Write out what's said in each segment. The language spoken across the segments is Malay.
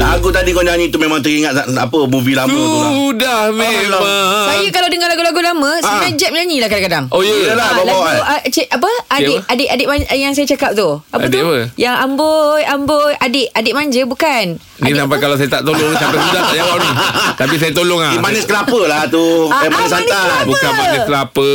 Lagu tadi kau nyanyi tu memang teringat apa movie lama tu lah. Sudah memang Saya kalau dengar lagu-lagu lama Sebenarnya Jeb nyanyi lah kadang-kadang Ha. Oh ya yeah. Yelah. Ah, bawa lagu kan? ah, cik, apa adik apa? adik adik man, yang saya cakap tu apa Adik tu apa? yang amboi amboi adik adik manja bukan Ni nampak kalau saya tak tolong Sampai sudah tak jawab ni Tapi saya tolong lah Eh, manis kelapa lah tu. eh, Ah, ah, manis manis santan. kelapa. Bukan manis kelapa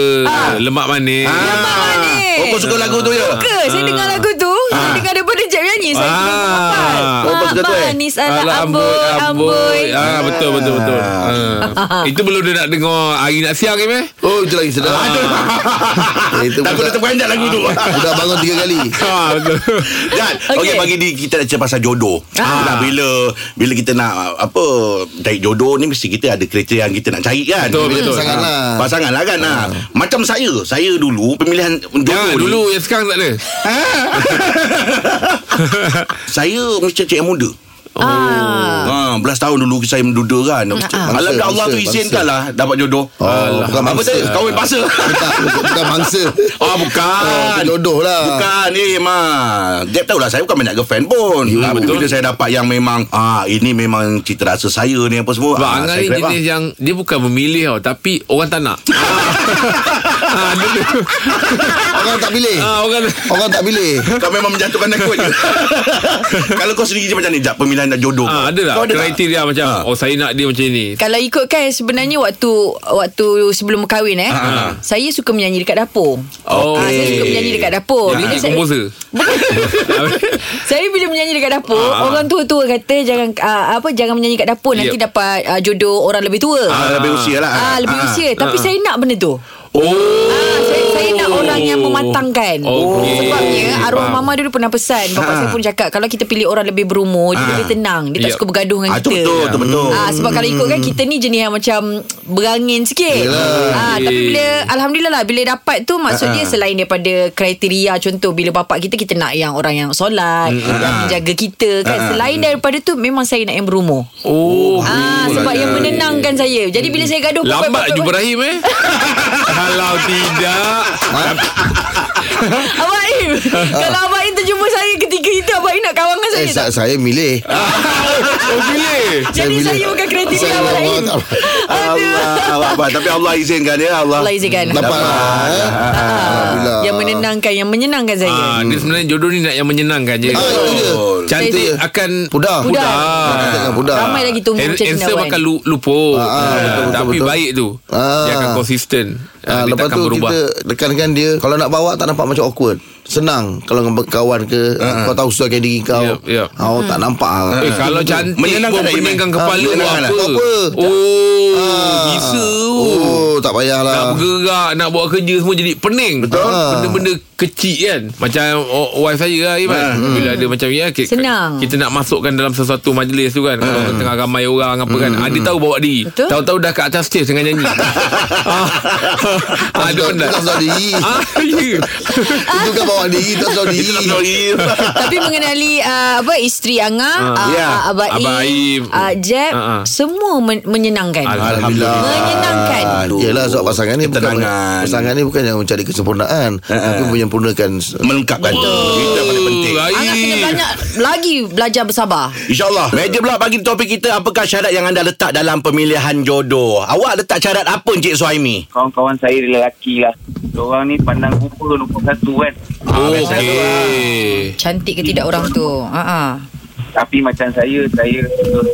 Lemak manis Ah. manis. Oh, kau suka lagu tu ya? ke saya dengar lagu tu saya dengar daripada Jeb nyanyi saya Ah. Oh, kau suka tu, eh? manis ala amboi amboi amboi. Ah, betul, betul, betul. Ah. Itu belum dia nak dengar hari nak siang ke, meh? Oh itu lagi sedap Itu Takut dia budak, terpanjat lagu tu. budak bangun tiga kali Ah, betul. Kan? Okey. Okey, pagi ni kita nak cerita pasal jodoh. Ah. Nah, bila bila kita nak apa cari jodoh ni mesti kita ada kriteria yang kita nak cari kan. Betul, Bila- betul. Pasangan Ah, lah. Pasangan lah kan. Ah. Macam saya, saya dulu pemilihan jodoh Jangan ni, Ya, Ah. dulu yang sekarang tak ada. saya mesti cik yang muda. ah. Ha, belas tahun dulu saya menduda kan. Alhamdulillah Allah tu bangsa. izinkan lah dapat jodoh. Alah, bukan apa bangsa. tadi? Kahwin paksa. Bukan, bukan, bukan mangsa Ah bukan. Oh, jodoh lah. Bukan eh ma. Dep tahulah saya bukan banyak girlfriend pun. Ya, Tapi betul. bila saya dapat yang memang ah ini memang cita rasa saya ni apa semua. Sebab ah, Angan saya ni grab lah. jenis yang dia bukan memilih tau tapi orang tak nak. ah, dulu. Orang tak pilih Ah, orang Orang tak pilih Kau memang menjatuhkan aku je. Kalau kau sendiri je macam ni Jap pemilihan nak jodoh Ah, ada tak Oh. Kau kriteria macam oh saya nak dia macam ni. Kalau ikutkan sebenarnya waktu waktu sebelum kahwin eh, Ha. saya suka menyanyi dekat dapur. Oh. Ya, Ah, saya suka menyanyi dekat dapur. Yang anak saya, komposer. saya bila menyanyi dekat dapur, Ah. orang tua-tua kata jangan ah, apa jangan menyanyi kat dapur nanti Yep. dapat ah, jodoh orang lebih tua. ah, Lebih usia lah Ah, lebih usia tapi saya nak benda tu. Oh. Ah, saya, saya nak orang yang mematangkan. Okey. Sebabnya Oh. arwah Faham. mama dulu pernah pesan, bapa Ha. saya pun cakap kalau kita pilih orang lebih berumur, dia Ah. lebih tenang, dia tak Yep. suka bergaduh dengan Ah, tu kita. betul, tu Oh. betul. Ah sebab kalau ikut kan kita ni jenis yang macam berangin sikit. Ah tapi bila alhamdulillah lah bila dapat tu maksud dia selain daripada kriteria contoh bila bapak kita kita nak yang orang yang solat, Hmm, yang menjaga kita kan. Selain daripada tu memang saya nak yang berumur. Oh. Ah lah sebab ya. yang menenangkan Hmm. saya. Jadi bila saya gaduh Lambat jumpa Abang Rahim eh. Kalau tidak. Im Kalau Abang Im terjumpa saya ketika itu Abang Im nak kawan dengan saya Eh tak? sa- saya milih Oh, pilih. Ah, Jadi saya saya bila- bukan kriteria Saya Abang Im orang tak Allah, Allah, Allah. Tapi Allah izinkan ya Allah. Allah izinkan Dapat eh? Alhamdulillah kan? Yang menenangkan Yang menyenangkan saya Ah, dia sebenarnya jodoh ni nak yang menyenangkan je. Hmm. Ah, itu dia. Cantik Saya- akan Pudar Pudar. Kita dengan pudar Ramai lagi tumbuh Hand- macam Handsome cendawan. akan lu, luput Ah, ah, Ah, betul, betul, Tapi betul. baik tu Dia Ah. akan konsisten Ah, Ah, Dia lepas takkan tu berubah kita dekankan dia Kalau nak bawa tak nampak macam awkward Senang Kalau dengan kawan ke Kau tahu sesuaikan diri kau Yep, yep. Oh tak Hmm. nampak Eh kalau cantik Menyenangkan pun tak, Iman? peningkan Ah, kepala buat menyenangkan apa? tak? Buat apa? Oh, Ah. bisa. Oh tak payahlah Nak bergerak, nak buat kerja semua jadi pening. Betul. Ah. Benda-benda kecil kan. Macam o- wife saya lah Iman. Bila ada macam ya, kita, Senang. kita nak masukkan dalam sesuatu majlis tu kan. Kalau tengah ramai orang apa kan. Ada tahu bawa diri. Betul. Tahu-tahu dah kat atas stage tengah nyanyi. ah, ah, dia Bukan- penat. Bukan sedar diri Ah, ya. Itu kan bawa diri Tak sedar diri Tapi mengenali uh, apa isteri Anga, uh, ya. uh, Abah Im, Ah, Abah Im. uh, Jeb, Ah, ah. semua men- menyenangkan. Alhamdulillah. Menyenangkan. Aduh. Ah, Yelah sebab pasangan ni bukan Ketenangan. pasangan ni bukan yang mencari kesempurnaan tapi menyempurnakan Melengkapkan Itu yang paling penting Baik. Anga kena banyak lagi belajar bersabar. InsyaAllah Meja pula bagi topik kita Apakah syarat yang anda letak Dalam pemilihan jodoh Awak letak syarat apa Encik Suhaimi? kawan-kawan saya lelaki lah. Orang ni pandang rupa nombor satu kan. Okey. Cantik ke tidak orang tu. Ha ah. Tapi macam saya, saya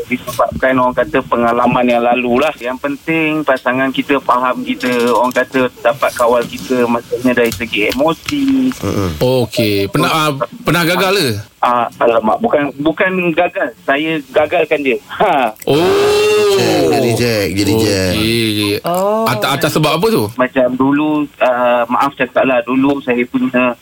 disebabkan orang kata pengalaman yang lalu lah. Yang penting pasangan kita faham kita. Orang kata dapat kawal kita maksudnya dari segi emosi. Okey, pernah ah, pernah gagal ke? Ah, alamak, bukan bukan gagal. Saya gagalkan dia. Ha. Oh. Jack, jadi Jack jadi Jack Okey. Oh. Atas atas sebab apa tu? Macam dulu, uh, maaf cakap lah. Dulu saya punya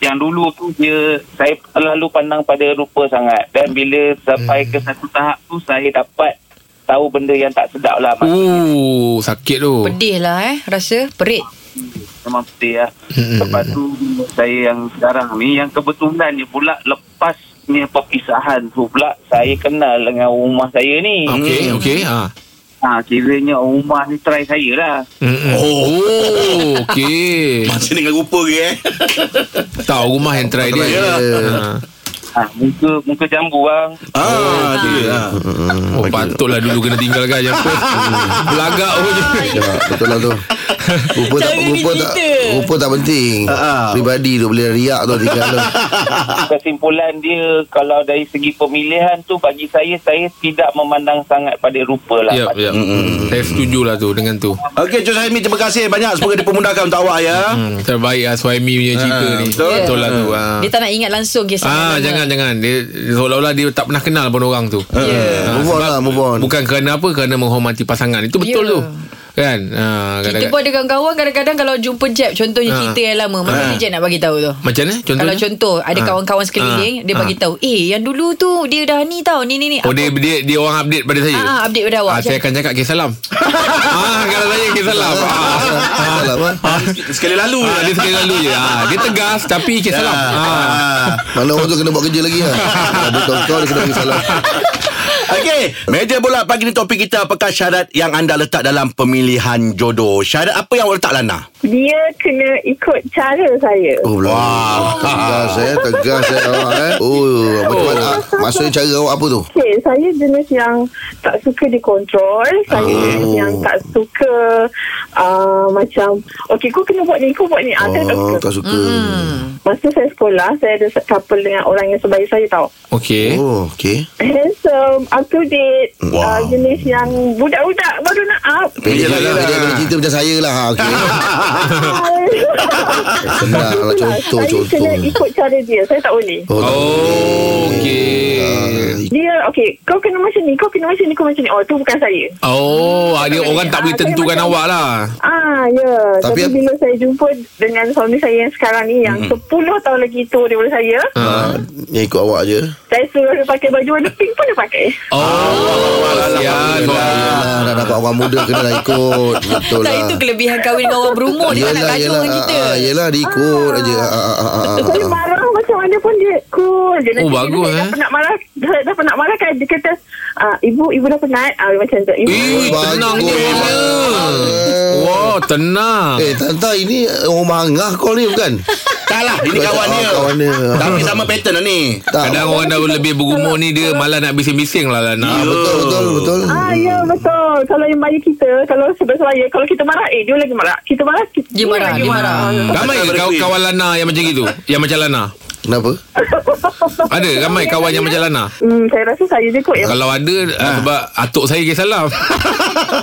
yang dulu tu dia saya lalu pandang pada rupa sangat dan bila sampai ke satu tahap tu saya dapat tahu benda yang tak sedap lah Mak. Oh, sakit tu. Pedih lah eh rasa perit. memang betul lah lepas tu saya yang sekarang ni yang kebetulan dia pula lepasnya perpisahan tu pula saya kenal dengan rumah saya ni Hmm. Okey, okey. Ha. ha, kiranya rumah ni try saya lah. Hmm. Oh, okey. Masa dengan rupa ke eh Tahu rumah yang try dia. Ya. Yelah. Ha. Ha, muka, muka jambu bang. Ah, dia lah Oh, patutlah dulu kena tinggalkan je. Hmm. Belagak pun je. Ya, betul lah tu. Rupa tak Cara dia rupa tak cerita. rupa tak penting. Pribadi tu boleh riak tu lah. tinggal tu. Kesimpulan dia kalau dari segi pemilihan tu bagi saya saya tidak memandang sangat pada rupa lah. Yap, yap. Saya setuju lah tu dengan tu. Okey Cik Suhaimi terima kasih banyak Semoga dipermudahkan untuk awak ya Hmm, terbaik lah Suhaimi punya cerita Ah, ni. betul. Betul lah tu. Ha. Hmm. Dia tak lah. nak ingat langsung kisah Ah, lama. jangan jangan dia seolah-olah dia tak pernah kenal pun orang tu. Ya. Ah, Move on sebab lah, move on. Bukan kerana apa, kerana menghormati pasangan. Itu betul Ya. tu. Kan? Ah, Kita kadang-kadang- pun ada kawan-kawan kadang-kadang kalau jumpa Jeb contohnya Ha. cerita yang lama mana ha. Jeb nak bagi tahu tu. Macam mana? Contohnya? Kalau contoh ada Ah. kawan-kawan sekeliling Ah. dia Ah. bagi tahu, "Eh, yang dulu tu dia dah ni tau, ni ni ni." Oh dia, dia, dia orang update pada saya Ah, ah, update pada awak. ah, Saya akan cakap kisah salam ah, Kalau saya kisah salam ah. Salah apa? Sekali lalu Ya. Ah, dia sekali lalu je ah, Dia tegas Tapi kisah salam ah. Mana orang tu kena buat kerja lagi lah. Kalau Dia tahu kau dia kena bagi salah. Okey, meja bola pagi ni topik kita apakah syarat yang anda letak dalam pemilihan jodoh? Syarat apa yang awak letak Lana? Dia kena ikut cara saya. Oh, belah. Tegas eh, tegas eh awak eh. Oh, macam mana? ah, Maksudnya cara awak apa tu? Okay, saya jenis yang tak suka dikontrol. Oh. Saya jenis yang tak suka uh, macam, okay, kau kena buat ni, kau buat ni. Ah, saya tak Oh, suka. tak suka. Masa saya sekolah, saya ada couple dengan orang yang sebaya saya tau. Okay Oh, okey. Handsome, up to date. Wow. Uh, jenis yang budak-budak baru nak up. Pendek Yelah, lah. yelah. Pendek kalau cerita macam saya lah. Ha, okey. Senang lah. Contoh, saya contoh. kena ikut cara dia. Saya tak boleh. Oh, tak Oh Okay boleh. Dia, okay, kau kena macam ni, kau kena macam ni, kau macam ni. Oh, tu bukan saya. Oh ah, Dia orang tak boleh Ah, saya tentukan macam- awak lah Ah, ya. Tapi Tapi, ap- Tapi bila saya jumpa dengan suami saya yang sekarang ni yang Hmm. 10 tahun lagi tua daripada saya, Ha. Ah, Yang ikut awak je. saya suruh dia pakai baju warna pink pun dia pakai. Oh Kasihan Yelah, dah dapat orang muda kena lah ikut. Betul tak lah. itu kelebihan kahwin dengan orang berumur dia tak nak gaduh dengan kita. ah, ah, yelah diikut aja. Ah, ah, ah, ah, ah. Saya marah macam mana pun dia cool. Dia Oh, nanti bila bagus, saya eh. Dah penat marah, dah, dah penat marah kan. Dia kata, ah, ibu, ibu dah penat. Ah, macam tu. Ibu, Eh tenang Bagus. dia Wah tenang Eh, Tanta ini rumah angah kau ni bukan? Taklah, ini Kau- kawan ah, dia. kawan dia. Tapi sama pattern lah ni. Tak. Kadang orang dah lebih berumur ni Dia malah nak bising-bising lah lah Ah, betul betul betul. Ah, ya betul. Kalau yang bayi kita, kalau sebab saya, kalau kita marah, eh dia lagi marah. Kita marah, kita, Dia marah, lagi dia marah. Ramai ke kaw- Berkuih. kawan Lana yang macam gitu? Yang macam Lana? Kenapa? Ada ramai kawan yang macam Lana? Hmm, saya rasa saya je kot yang Kalau ada ah, Sebab atuk saya ke salam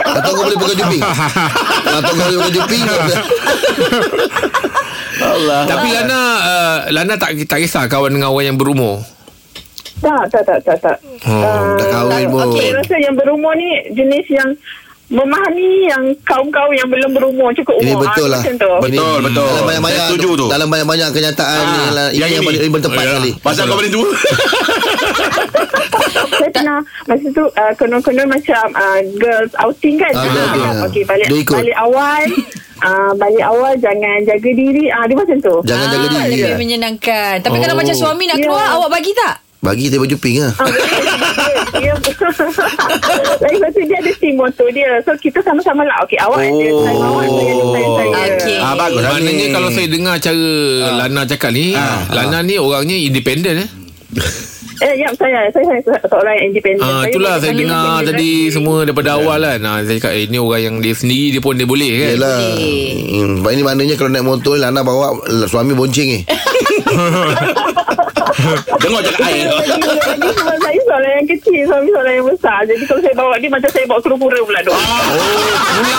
Atau kau boleh pakai juping? Atau kau boleh pakai juping? Tapi Lana uh, Lana tak tak kisah kawan dengan orang yang berumur Tak, tak, tak, tak, tak. Oh, Ah, dah kahwin tak. pun. Okey, saya rasa yang berumur ni jenis yang memahami yang kaum-kaum yang belum berumur cukup Ini umur. betul Ah, lah. Macam tu. Ini- Betul, betul. Dalam banyak-banyak Saya setuju tu. Dalam banyak-banyak kenyataan Ah, ni lah, yang ini yang, ini. paling, paling tepat Oh, yalah. kali. Pasal kau paling tua. Saya pernah masa tu uh, konon-konon macam uh, girls outing kan. Ah, Ah, betul, betul. cakap, Okey, balik Dia ikut. balik awal. Uh, balik awal jangan jaga diri. Ah, dia macam tu. Jangan jaga diri. Lebih kan? menyenangkan. Tapi kalau Oh. macam suami nak Ya. keluar, awak bagi tak? Bagi dia baju pink lah. Ah, dia- dia- Lagi satu dia ada team motor dia So kita sama-sama lah Okay awak ada Time awak saya ada time saya Okey. Ah, bagus lah ni. Maknanya kalau saya dengar cara Ah. Lana cakap ni Lana ni orangnya independen eh Eh, ya, saya, saya, saya seorang yang independen. Ah itulah saya dengar tadi semua daripada awal kan. Ah saya cakap eh, ni orang yang dia sendiri dia pun dia boleh kan. Yelah Boleh. hmm, Sebab ini maknanya Kalau naik motor ni Lana bawa l- Suami bonceng ni Oh, Dengar cakap air. Saya seorang yang kecil, suami seorang yang besar. Jadi kalau saya bawa dia, macam saya bawa kura-kura pula tu. Ah. Mula.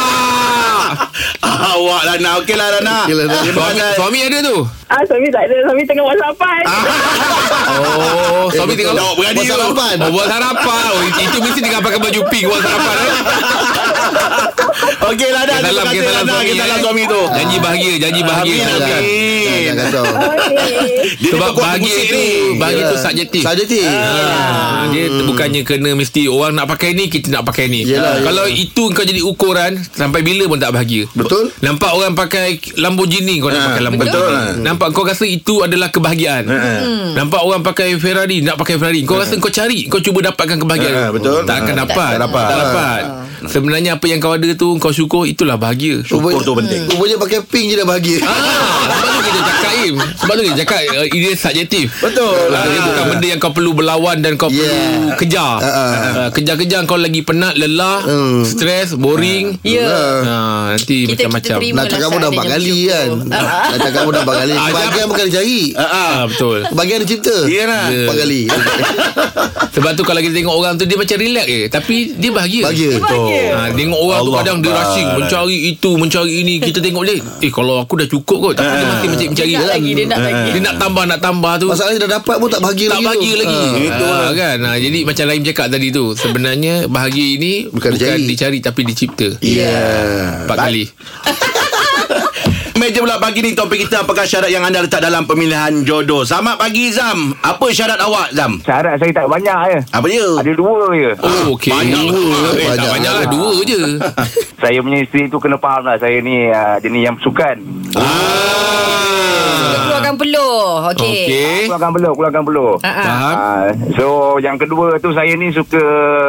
Ah, Awak Lana. Okey lah Lana. Okey, Lana. Terima Suami, kasih. suami ada tu. Ah, suami tak ada, suami tengah whatsappan. Ah. Oh, suami tengah Jawab berani Buat tu. sarapan Oh, buat sarapan. Oh, itu, itu mesti tengah pakai baju pink buat sarapan. Eh? Okey Lana. Terima Salam, kasih kita salam Lana. suami. Kita salam eh. suami tu. Janji bahagia, janji bahagia. Ah, Amin, Jangan- amin. Jangan kacau Okey. Dia Sebab ni kuat bahagia pusing tu, ni. bahagia tu Yelah. subjektif. Subjektif Ah, dia tu bukannya kena mesti orang nak pakai ni kita nak pakai ni. Yelah, Kalau itu kau jadi ukuran sampai bila pun tak bahagia. Betul. Nampak orang pakai Lamborghini kau nak pakai Lamborghini. betul. Nampak kau rasa itu adalah kebahagiaan. Nampak orang pakai Ferrari nak pakai Ferrari. Kau rasa kau cari, kau cuba dapatkan Ha, kebahagiaan. betul. Tak akan Ha, dapat. tak dapat. Tak dapat. Sebenarnya apa yang kau ada tu Kau syukur Itulah bahagia Syukur tu penting. Rupanya pakai pink je dah bahagia Ah, sebab tu kita cakap Im Sebab tu kita cakap uh, Dia subjektif Betul. Ah, Dia bukan benda yang kau perlu berlawan Dan kau yeah. perlu kejar Ah, ah, uh, Kejar-kejar kau lagi penat Lelah Hmm. Stres Boring Ya. Ah, Nanti Kita- macam-macam kita terima. Nak cakap pun dah empat Malah kali seadanya kan bersyukur. Nak cakap pun dah empat kali Ah, Kebahagiaan bukan dicari ah, Betul Kebahagiaan dicipta Yelah. Empat kali Sebab tu kalau kita tengok orang tu Dia macam relax je Tapi dia bahagia Bahagia Ha, tengok orang Allah tu Allah kadang dia Akbar. rushing Mencari itu Mencari ini Kita tengok dia Eh kalau aku dah cukup kot Tapi dia masih macam mencari Ah, Dia nak lagi, dia nak lagi. Dia nak tambah Nak tambah tu Masalahnya dah dapat pun tak bahagia tak lagi bahagia tu. lagi Ah. ha, kan ha, jadi macam Rahim cakap tadi tu sebenarnya bahagia ini Bukan bukan dicari. Ya, dicari tapi dicipta Yeah. empat kali Meja pula pagi ni topik kita apakah syarat yang anda letak dalam pemilihan jodoh. Selamat pagi Zam. Apa syarat awak Zam? Syarat saya tak banyak ya. Apa dia? Ada dua je. oh okey banyak lah. eh, tak Banyak. banyak lah dua je Saya punya isteri tu kena faham lah saya ni uh, jenis yang sukan. Ya, Keluarkan peluh Okey okey Keluarkan belur, keluarkan belur. Ah, ah. faham Uh, so yang kedua tu saya ni suka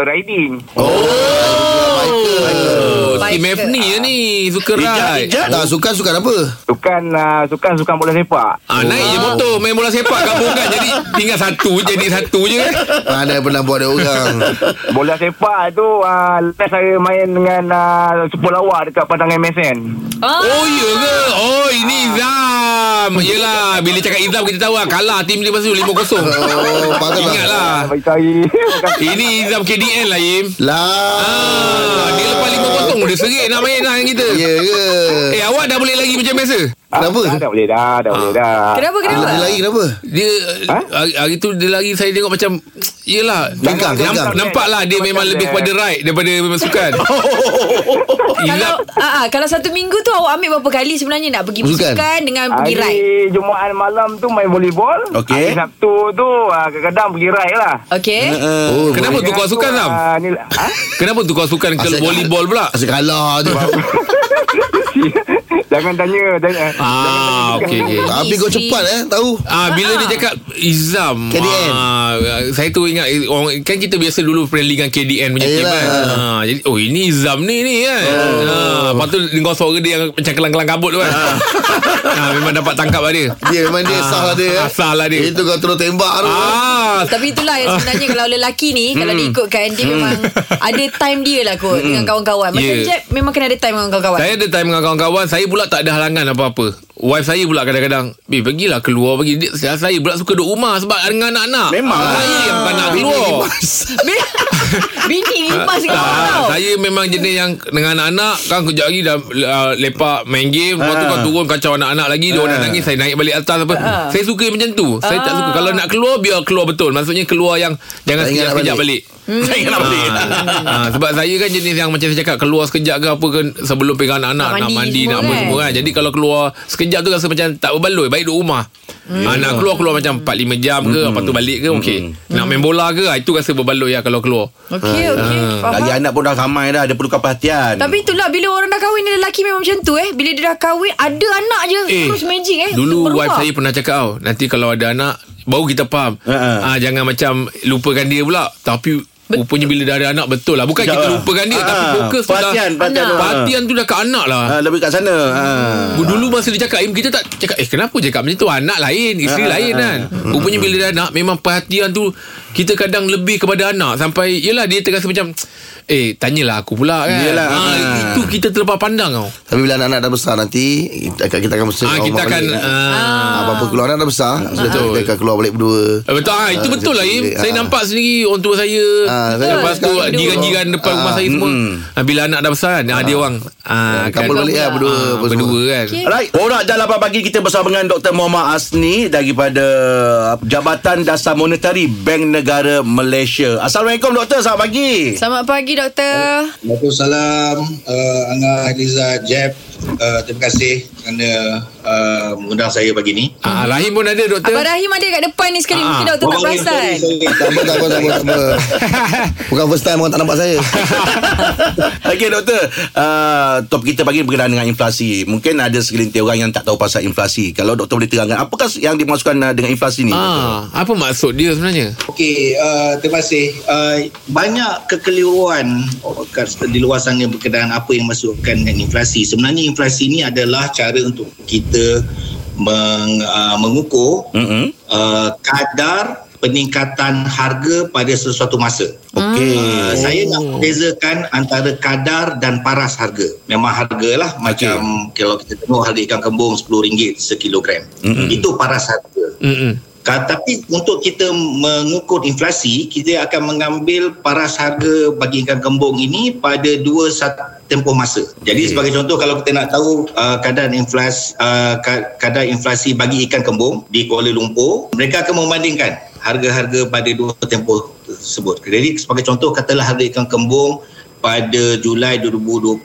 riding. oh, si Baik ke? Mefni je ni suka ride Ijat-ijat. Tak sukan sukan apa Sukan uh, sukan sukan bola sepak. Ah, naik je motor Main bola sepak Gabungkan jadi Tinggal satu Jadi satu je Mana yang pernah buat dia orang Bola sepak tu uh, last saya main dengan uh, sepul lawa dekat padang MSN. Ah. Oh iya ke Oh ini Izam Yelah Bila cakap Izam Kita tahu lah Kalah tim dia pasal 5-0 Oh patut lah Ingatlah Bagi saya Ini Izam KDL lah Im Lah Ah, dia lepas 5-0 Dia serik nak main lah dengan kita Ya ke Eh awak dah boleh lagi macam biasa Kenapa dah, dah boleh dah, dah boleh dah. Kenapa kenapa? Dia lari kenapa Dia ha? hari, hari tu dia lari Saya tengok macam Yelah Genggang, namp- genggang. Nampak lah Dia memang lebih kepada right Daripada memang sukan Oh. Izam Kalau ah, ah, kalau satu minggu tu awak ambil berapa kali sebenarnya nak pergi Sukan. bersukan dengan pergi Hari ride? Jumaat malam tu main volleyball. Okey. Hari Sabtu tu ah, kadang-kadang pergi ride lah. Okey. Oh Kenapa tukar Kadang-kadang sukan tu, Sam? ah, ni, ha? Kenapa tukar sukan ke Asyik- volleyball pula? Asyik kalah tu Jangan tanya, tanya. Ah, okey okey. Tapi kau cepat eh Tahu Ah bila dia cakap Izam KDN. ah, Saya tu ingat eh, orang, Kan kita biasa dulu Friendly dengan KDN punya team Yelah. kan ah, jadi, Oh ini Izam ni ni kan ah, Lepas tu dengar suara dia Yang macam kelang-kelang kabut tu kan ah, Memang dapat tangkap lah dia Dia memang dia sah lah dia Ah, sah lah dia. Itu kau terus tembak tu Ah, Tapi itulah yang sebenarnya kalau lelaki ni kalau diikutkan dia memang ada time dia lah kot dengan kawan-kawan. Macam Yeah. Jeb memang kena ada time dengan kawan-kawan. Saya ada time dengan kawan-kawan Saya pula tak ada halangan apa-apa Wife saya pula kadang-kadang Eh pergilah keluar pergi Dia- Saya saya pula suka duduk rumah Sebab dengan anak-anak Ah, Memang lah. Saya yang tak nak keluar Bini- Bini lipas dengan orang Ah, tau. saya memang jenis yang dengan anak-anak kan kejap lagi dah uh, lepak main game lepas tu kau turun kacau anak-anak lagi dia orang nak nangis saya naik balik atas apa saya suka yang macam tu saya tak suka kalau nak keluar biar keluar betul maksudnya keluar yang jangan Tak ingat nak sekejap-sekejap balik, Saya ingat nak balik. Ah, ah, sebab saya kan jenis yang macam saya cakap keluar sekejap ke apa ke sebelum pegang anak-anak Nak nak mandi mandi nak apa semua semua kan jadi kalau keluar sekejap tu rasa macam tak berbaloi baik duduk rumah Ah, nak keluar keluar macam 4-5 jam ke lepas tu balik ke okey nak main bola ke ah, itu rasa berbaloi lah kalau keluar Okey okey. Faham. Lagi anak pun dah ramai dah. Dia perlukan perhatian. Tapi itulah bila orang dah kahwin ni lelaki memang macam tu eh. Bila dia dah kahwin ada anak je Eh, terus magic eh. Dulu wife Berubah. saya pernah cakap tau Nanti kalau ada anak Baru kita faham Ha-ha. uh-huh. Jangan macam Lupakan dia pula Tapi Bet- Rupanya bila dah ada anak Betul lah Bukan kita Sekejap lah. lupakan dia Tapi Ah, fokus tu dah perhatian, perhatian tu. Perhatian tu dah ke anak lah Ah, lebih kat sana. Ah. Bu- Dulu masa dia cakap Im kita tak cakap Eh kenapa cakap macam tu Anak lain Isteri lain kan Rupanya bila dah nak Memang perhatian tu Kita kadang lebih kepada anak Sampai Yelah dia terasa macam Eh tanyalah aku pula kan Yelah, Ah, ah. Itu kita terlepas pandang tau Tapi bila anak-anak dah besar nanti Kita, kita akan mesti ah, Kita akan eh. ah. Apa-apa keluar anak dah besar Sudah tu kita akan keluar balik berdua Eh, Betul ah, itu Ah, betul lah macam Im. tu. Saya Ah. nampak sendiri orang tua saya. Ah, hmm. lepas tu saya nampak sekali dulu. jiran-jiran depan rumah saya semua. Ah, bila anak dah besar kan, ah, dia orang ah kan. Couple balik lah berdua Ah, apa semua. berdua kan. Okey. Alright, Borak dan 8 pagi kita bersama dengan Dr. Muhammad Asni daripada Jabatan Dasar Monetari Bank Negara Malaysia. Assalamualaikum doktor, selamat pagi. Selamat pagi doktor. Oh, Waalaikumsalam uh, Angah Eliza Jeb uh, Terima kasih kerana uh, mengundang saya pagi ni. Ah, Rahim pun ada doktor. Abang Rahim ada kat depan ni sekali. Ah. Mungkin doktor tak Oh, sorry, perasan. sorry, sorry. Tak apa, tak apa, tak apa, tak apa. Bukan first time orang tak nampak saya. Okey doktor, uh, topik kita pagi berkenaan dengan inflasi. Mungkin ada segelintir orang yang tak tahu pasal inflasi. Kalau doktor boleh terangkan, apakah yang dimasukkan uh, dengan inflasi ni? Ah, apa maksud dia sebenarnya? Okey, uh, terima kasih. Uh, banyak kekeliruan oh, kat- di luar sana berkenaan apa yang masukkan dengan inflasi. Sebenarnya inflasi ini adalah cara untuk kita meng, uh, mengukur Mm-mm. uh, kadar peningkatan harga pada sesuatu masa. Okey. Uh, saya nak bezakan antara kadar dan paras harga. Memang harga lah macam kalau kita tengok harga ikan kembung RM10 sekilogram. Mm-hmm. Itu paras harga. Mm-mm. Ka- Tapi untuk kita mengukur inflasi, kita akan mengambil paras harga bagi ikan kembung ini pada dua sat- tempoh masa. Jadi okay. sebagai contoh kalau kita nak tahu uh, kadar inflasi uh, ka- kadar inflasi bagi ikan kembung di Kuala Lumpur, mereka akan membandingkan harga-harga pada dua tempoh tersebut. Jadi sebagai contoh katalah harga ikan kembung pada Julai 2021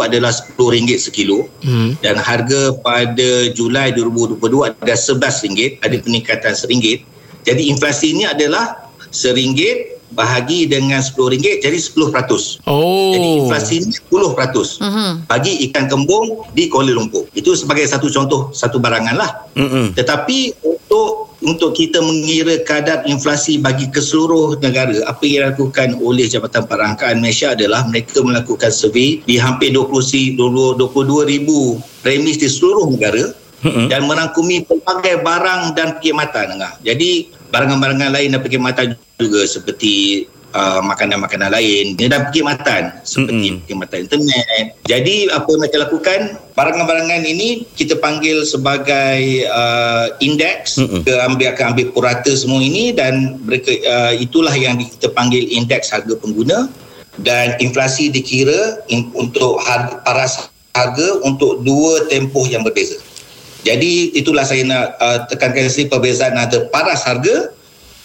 adalah RM10 sekilo Hmm. dan harga pada Julai 2022 ada RM11 Hmm. ada peningkatan RM1 jadi inflasi ini adalah RM1 bahagi dengan RM10 jadi 10% Oh. jadi inflasi ini 10% bagi ikan kembung di Kuala Lumpur itu sebagai satu contoh satu barangan lah Mm-mm. tetapi untuk untuk kita mengira kadar inflasi bagi keseluruh negara, apa yang dilakukan oleh Jabatan Perangkaan Malaysia adalah mereka melakukan survei di hampir 20 22 ribu premis di seluruh negara mm-hmm. dan merangkumi pelbagai barang dan perkhidmatan. Angah. Jadi barangan-barangan lain dan perkhidmatan juga seperti uh, makanan-makanan lain dan perkhidmatan seperti Mm-mm. mm-hmm. perkhidmatan internet. Jadi apa yang mereka lakukan barangan-barangan ini kita panggil sebagai uh, indeks Mm-mm. ke ambil akan ambil purata semua ini dan mereka uh, itulah yang kita panggil indeks harga pengguna dan inflasi dikira in, untuk harga paras harga untuk dua tempoh yang berbeza. Jadi itulah saya nak uh, tekankan sekali perbezaan antara paras harga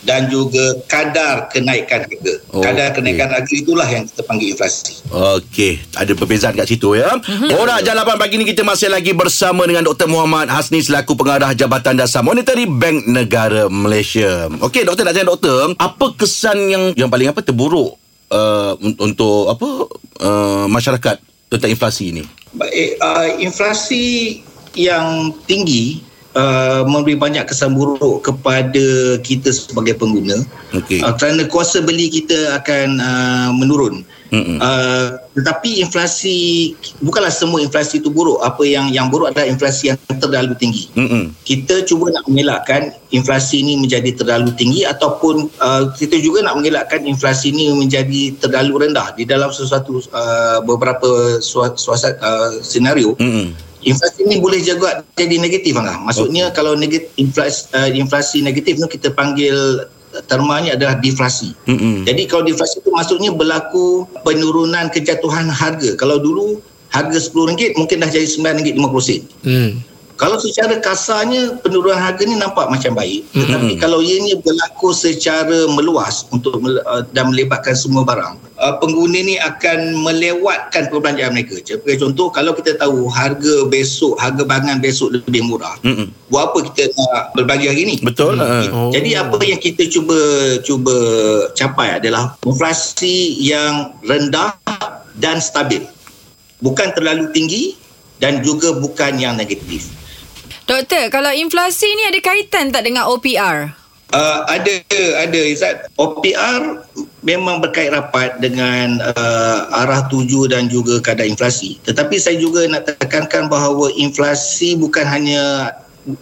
dan juga kadar kenaikan harga. Oh, Oh, kadar okey. kenaikan harga itulah yang kita panggil inflasi. Okey, ada perbezaan kat situ ya. Orang Jalapan pagi ni kita masih lagi bersama dengan Dr. Muhammad Hasni selaku pengarah Jabatan Dasar Monetary Bank Negara Malaysia. Okey, doktor nak tanya doktor, apa kesan yang yang paling apa terburuk uh, un- untuk apa uh, masyarakat tentang inflasi ini? Baik, uh, inflasi yang tinggi uh, memberi banyak kesan buruk kepada kita sebagai pengguna Okey. uh, kerana kuasa beli kita akan uh, menurun. Mm-mm. Uh, tetapi inflasi bukanlah semua inflasi itu buruk. Apa yang yang buruk adalah inflasi yang terlalu tinggi. Mm-mm. Kita cuba nak mengelakkan inflasi ini menjadi terlalu tinggi ataupun uh, kita juga nak mengelakkan inflasi ini menjadi terlalu rendah di dalam sesuatu uh, beberapa suas, suasat uh, senario. Mm-mm. Inflasi ini boleh juga jadi negatif Angah. Maksudnya okay. kalau negatif, inflasi, uh, inflasi negatif tu kita panggil termanya adalah deflasi. Mm-mm. Jadi kalau deflasi itu maksudnya berlaku penurunan kejatuhan harga. Kalau dulu harga RM10 mungkin dah jadi RM9.50. Hmm. Kalau secara kasarnya penurunan harga ni nampak macam baik tetapi kalau ianya berlaku secara meluas untuk mel- uh, dan melibatkan semua barang uh, pengguna ni akan melewatkan perbelanjaan mereka. Sebagai contoh kalau kita tahu harga besok harga barangan besok lebih murah Mm-mm. buat apa kita nak berbagi hari ni? Betul. Uh-uh. Mm-mm. Oh. Jadi apa yang kita cuba cuba capai adalah inflasi yang rendah dan stabil. Bukan terlalu tinggi dan juga bukan yang negatif. Doktor, kalau inflasi ni ada kaitan tak dengan OPR? Uh, ada ada Izzat OPR memang berkait rapat dengan uh, arah tuju dan juga kadar inflasi. Tetapi saya juga nak tekankan bahawa inflasi bukan hanya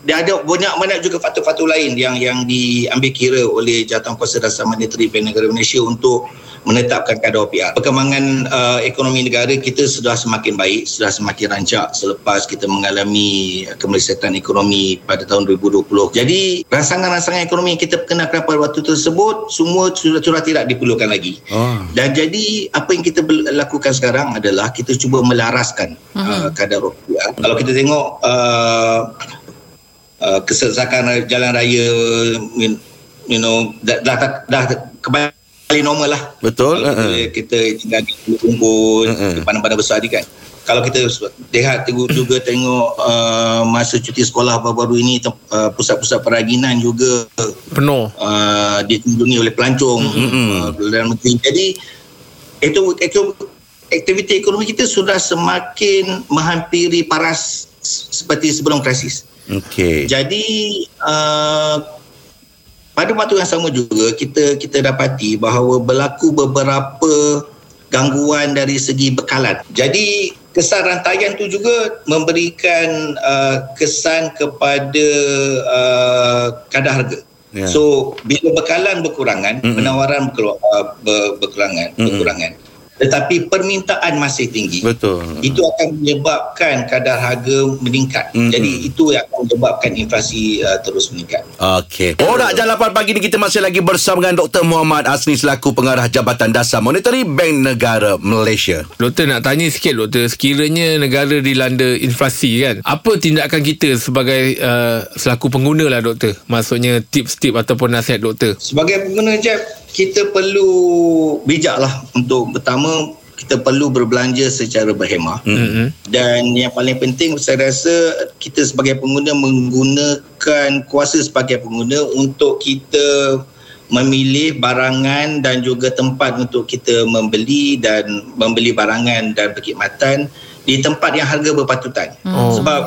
dia ada banyak banyak juga faktor-faktor lain yang yang diambil kira oleh Jabatan Kuasa Dasar Monetary Bank Negara Malaysia untuk menetapkan kadar OPR. Perkembangan uh, ekonomi negara kita sudah semakin baik, sudah semakin rancak selepas kita mengalami kemelesetan ekonomi pada tahun 2020. Jadi rangsangan-rangsangan ekonomi yang kita perkenalkan pada waktu tersebut semua sudah-sudah tidak diperlukan lagi. Ah. Dan jadi apa yang kita bel- lakukan sekarang adalah kita cuba melaraskan uh, kadar rupiah. Kalau kita tengok uh, uh, kesesakan jalan raya you know dah dah, dah, dah kebanyakan paling normal lah. Betul, Kalau uh-uh. kita, kita jaga kumpul, Uh-uh. uh-uh. pandang-pandang besar ni kan. Kalau kita lihat tegu- juga tengok uh, masa cuti sekolah baru-baru ini tem- uh, pusat-pusat peraginan juga Penuh. uh, dikunjungi oleh pelancong uh, Perdana Menteri. Jadi itu itu aktiviti ekonomi kita sudah semakin menghampiri paras s- seperti sebelum krisis. Okey. Jadi uh, pada waktu yang sama juga kita kita dapati bahawa berlaku beberapa gangguan dari segi bekalan. Jadi kesan rantaian tu juga memberikan uh, kesan kepada uh, kadar harga. Ya. So bila bekalan berkurangan, mm penawaran berkelu- uh, ber- berkurangan, Mm-mm. berkurangan. Tetapi permintaan masih tinggi Betul. itu akan menyebabkan kadar harga meningkat. Mm-mm. Mm-hmm. Jadi itu yang akan menyebabkan inflasi uh, terus meningkat. Okey. Borak Jam 8 pagi ni kita masih lagi bersama dengan Dr. Muhammad Asni selaku pengarah Jabatan Dasar Monetary Bank Negara Malaysia. Doktor nak tanya sikit doktor sekiranya negara dilanda inflasi kan apa tindakan kita sebagai uh, selaku pengguna lah doktor maksudnya tips-tips ataupun nasihat doktor Sebagai pengguna jeb, kita perlu bijaklah untuk pertama kita perlu berbelanja secara berhemah. Mm-mm. Dan yang paling penting saya rasa kita sebagai pengguna menggunakan kuasa sebagai pengguna untuk kita memilih barangan dan juga tempat untuk kita membeli dan membeli barangan dan perkhidmatan di tempat yang harga berpatutan. Oh. Sebab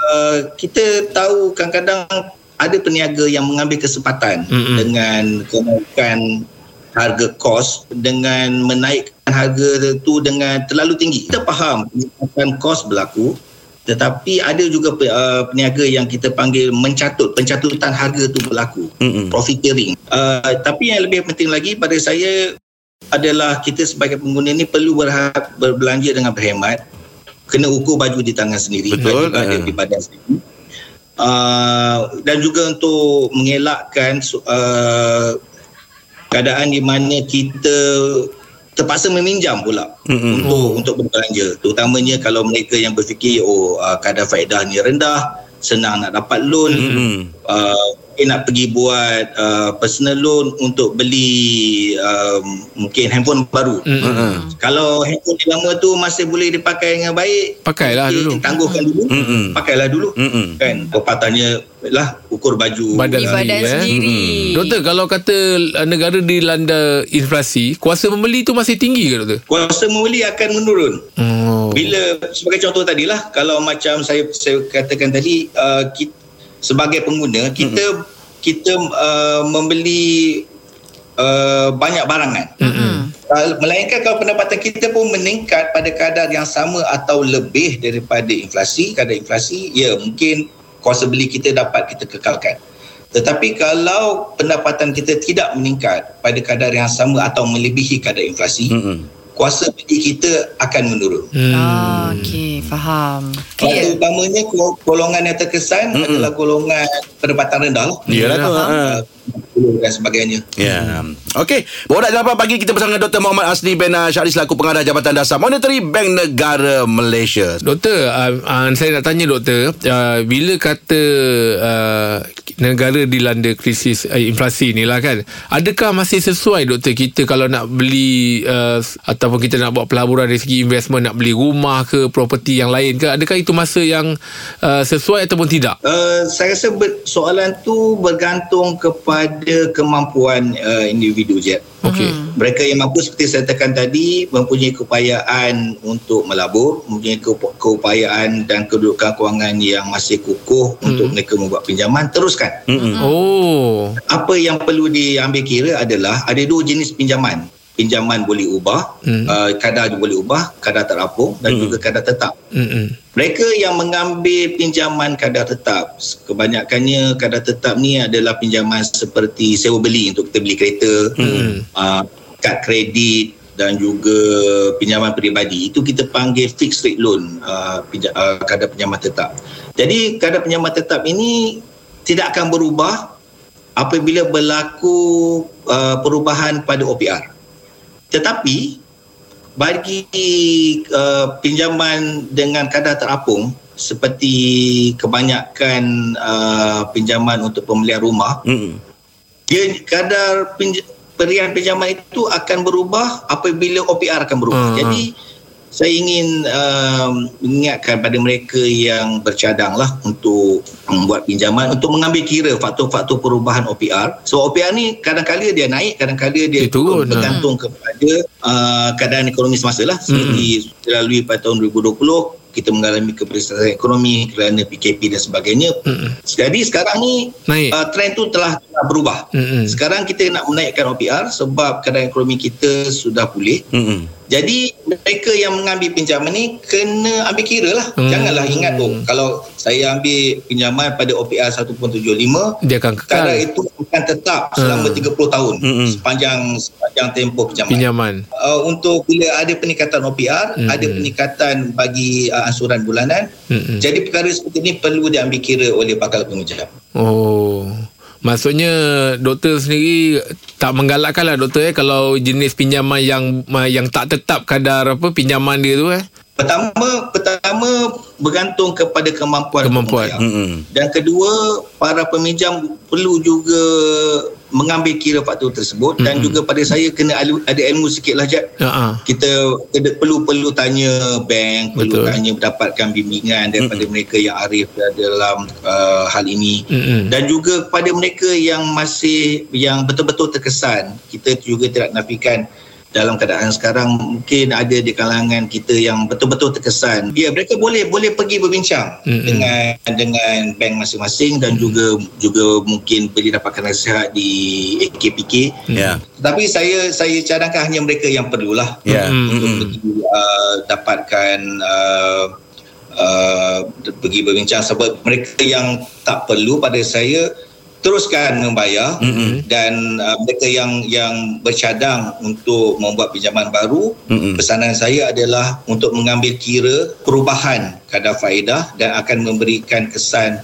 uh, kita tahu kadang-kadang ada peniaga yang mengambil kesempatan Mm-mm. dengan kenaikan harga kos dengan menaikkan harga itu dengan terlalu tinggi. Kita faham kenaikan kos berlaku tetapi ada juga pe- uh, peniaga yang kita panggil mencatut pencatutan harga itu berlaku Mm-mm. profiteering. Uh, tapi yang lebih penting lagi pada saya adalah kita sebagai pengguna ni perlu berha- berbelanja dengan berhemat kena ukur baju di tangan sendiri Betul. baju juga ada Ha. di badan sendiri uh, dan juga untuk mengelakkan su- uh, keadaan di mana kita terpaksa meminjam pula Mm-mm. untuk untuk berbelanja terutamanya kalau mereka yang berfikir oh uh, kadar faedah ni rendah senang nak dapat loan Mm-mm. uh, mungkin nak pergi buat uh, personal loan untuk beli um, mungkin handphone baru. Uh-huh. Mm-mm. Kalau handphone yang lama tu masih boleh dipakai dengan baik, Pakailah okey, dulu. Tangguhkan dulu. Mm-mm. Pakailah dulu. Mm-mm. Kan patahnya lah ukur baju. Badan uh, Ibadah sendiri, eh. sendiri. Doktor kalau kata uh, negara dilanda inflasi kuasa membeli tu masih tinggi ke doktor Kuasa membeli akan menurun. oh. Bila sebagai contoh tadilah kalau macam saya saya katakan tadi uh, kita, sebagai pengguna kita kita uh, membeli uh, banyak barangan. Mm-hmm. Melainkan kalau pendapatan kita pun meningkat pada kadar yang sama atau lebih daripada inflasi, kadar inflasi, ya mungkin kuasa beli kita dapat kita kekalkan. Tetapi kalau pendapatan kita tidak meningkat pada kadar yang sama atau melebihi kadar inflasi, Mm-mm. kuasa beli kita akan menurun. Ah, okey, faham. Faktor Clear. utamanya gol- golongan yang terkesan mm adalah golongan pendapatan rendah lah. Yalah tu. Ah, Ha. puluh dan sebagainya. Ya. Okey, borak jam 8 pagi kita bersama dengan Dr. Muhammad Asni bin ah, Syarif selaku pengarah Jabatan Dasar Monetary Bank Negara Malaysia. Doktor, uh, uh, saya nak tanya doktor, uh, bila kata uh, negara dilanda krisis uh, inflasi ni lah kan, adakah masih sesuai doktor kita kalau nak beli uh, ataupun kita nak buat pelaburan dari segi investment, nak beli rumah ke, properti yang lain ke, adakah itu masa yang uh, sesuai ataupun tidak? Uh, saya rasa ber- soalan tu bergantung kepada kemampuan uh, individu je. Okey. Mereka yang mampu seperti saya tekan tadi mempunyai keupayaan untuk melabur, mempunyai keup- keupayaan dan kedudukan kewangan yang masih kukuh untuk mereka membuat pinjaman teruskan. Mm-mm. Oh, apa yang perlu diambil kira adalah ada dua jenis pinjaman. Pinjaman boleh ubah, Hmm. hmm. uh, kadar boleh ubah, kadar terapung dan hmm. juga kadar tetap. Mm-mm. Mereka yang mengambil pinjaman kadar tetap, kebanyakannya kadar tetap ni adalah pinjaman seperti sewa beli untuk kita beli kereta, hmm. uh, kad kredit dan juga pinjaman peribadi. Itu kita panggil fixed rate loan, uh, pinja, uh, kadar pinjaman tetap. Jadi kadar pinjaman tetap ini tidak akan berubah apabila berlaku uh, perubahan pada OPR. Tetapi bagi uh, pinjaman dengan kadar terapung seperti Hmm. kebanyakan uh, pinjaman untuk pembelian rumah Mm-mm. dia kadar pinj- perian pinjaman itu akan berubah apabila OPR akan berubah. Hmm. Jadi saya ingin um, ingatkan pada mereka yang bercadang lah untuk membuat pinjaman untuk mengambil kira faktor-faktor perubahan OPR. So OPR ni kadang-kala dia naik, kadang-kala dia Dia turun, ah. Hmm. bergantung kepada uh, keadaan ekonomi semasa lah. Hmm. Seperti melalui pada tahun 2020 kita mengalami keprestasian ekonomi kerana PKP dan sebagainya. Mm-mm. Jadi sekarang ni Hmm. Naik. Hmm. Uh, trend tu telah, telah berubah. Mm-mm. Sekarang kita nak menaikkan OPR sebab keadaan ekonomi kita sudah pulih. Mm-mm. Jadi mereka yang mengambil pinjaman ni kena ambil kira lah. Hmm. Janganlah ingat tu kalau saya ambil pinjaman pada OPR 1.75 Dia akan kekal. Kadar itu akan tetap selama 30 tahun Mm-mm. sepanjang sepanjang tempoh pinjaman. Pinjaman. Uh, untuk bila ada peningkatan OPR, Mm-mm. ada peningkatan bagi uh, ansuran bulanan. Mm-mm. Jadi perkara seperti ini perlu diambil kira oleh bakal peminjam. Oh. Maksudnya doktor sendiri tak menggalakkan lah doktor eh kalau jenis pinjaman yang yang tak tetap kadar apa pinjaman dia tu eh. Pertama, pertama bergantung kepada kemampuan Kemampuan. peminjam. Mm-mm. Dan kedua, para peminjam perlu juga mengambil kira faktor tersebut dan juga pada saya kena alu- ada ilmu sikit lah Jad. Ha ah. Kita kena- perlu perlu tanya bank, perlu Betul. tanya mendapatkan bimbingan daripada mereka yang arif dalam uh, hal ini Mm-mm. dan juga kepada mereka yang masih yang betul-betul terkesan kita juga tidak nafikan dalam keadaan sekarang mungkin ada di kalangan kita yang betul-betul terkesan ya mereka boleh boleh pergi berbincang Mm-mm. dengan dengan bank masing-masing dan juga juga mungkin pergi dapatkan nasihat di AKPK Mm. Ya. tetapi saya saya cadangkan hanya mereka yang perlulah Ya. untuk Mm-mm. pergi uh, dapatkan uh, uh, pergi berbincang sebab mereka yang tak perlu pada saya teruskan membayar Mm-mm. dan uh, mereka yang yang bercadang untuk membuat pinjaman baru Mm-mm. pesanan saya adalah untuk mengambil kira perubahan kadar faedah dan akan memberikan kesan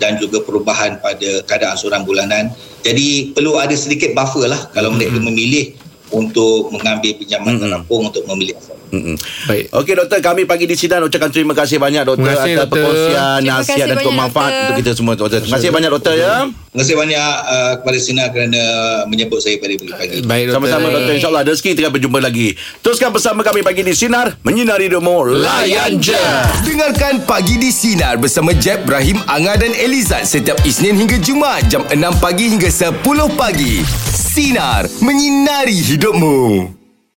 dan juga perubahan pada kadar ansuran bulanan. Jadi perlu ada sedikit buffer lah kalau mereka memilih untuk mengambil pinjaman Mm-mm. mm-hmm. terapung untuk memilih asal. Mm-mm. Baik. Okey doktor kami pagi di sidang ucapkan terima kasih banyak doktor Terima kasih, atas doktor. perkongsian Terima nasihat kasih dan juga banyak, manfaat doktor. untuk kita semua doktor. Terima kasih banyak doktor ya. Terima kasih banyak uh, kepada Sina kerana menyebut saya pada pagi. Baik doktor. Sama-sama doktor insyaallah rezeki kita akan berjumpa lagi. Teruskan bersama kami pagi di sinar menyinari hidupmu layan je. Dengarkan Pagi di Sinar bersama Jeb, Ibrahim, Anga dan Elizad setiap Isnin hingga Jumaat jam 6 pagi hingga 10 pagi. Sinar, menyinari hidupmu.